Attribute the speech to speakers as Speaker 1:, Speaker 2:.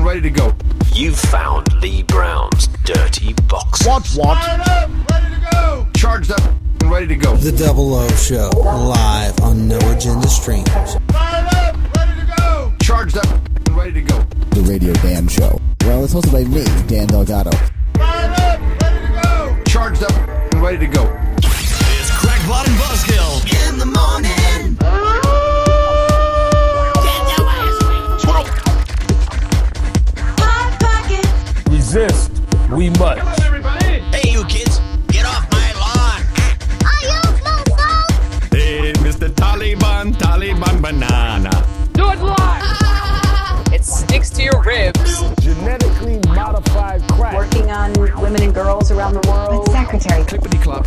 Speaker 1: ready to go.
Speaker 2: You've found Lee Brown's dirty box.
Speaker 1: What? What? Charged up and ready to go.
Speaker 3: The Double O Show, live on No Agenda Streams.
Speaker 1: Charged up and ready to go.
Speaker 4: The Radio Damn Show. Well, it's hosted by me, Dan Delgado.
Speaker 1: Charged up and ready to go.
Speaker 5: It's Crackpot and Buzzkill.
Speaker 6: in the morning. Hot pocket.
Speaker 7: Resist, we must.
Speaker 5: Hey, you kids, get off my lawn.
Speaker 6: Are you close?
Speaker 8: Hey, Mr. Taliban, Taliban banana.
Speaker 9: Do it live!
Speaker 6: Ah.
Speaker 9: It sticks to your ribs.
Speaker 7: Genetically modified crack.
Speaker 10: Working on women and girls around the world.
Speaker 1: Clippity clop.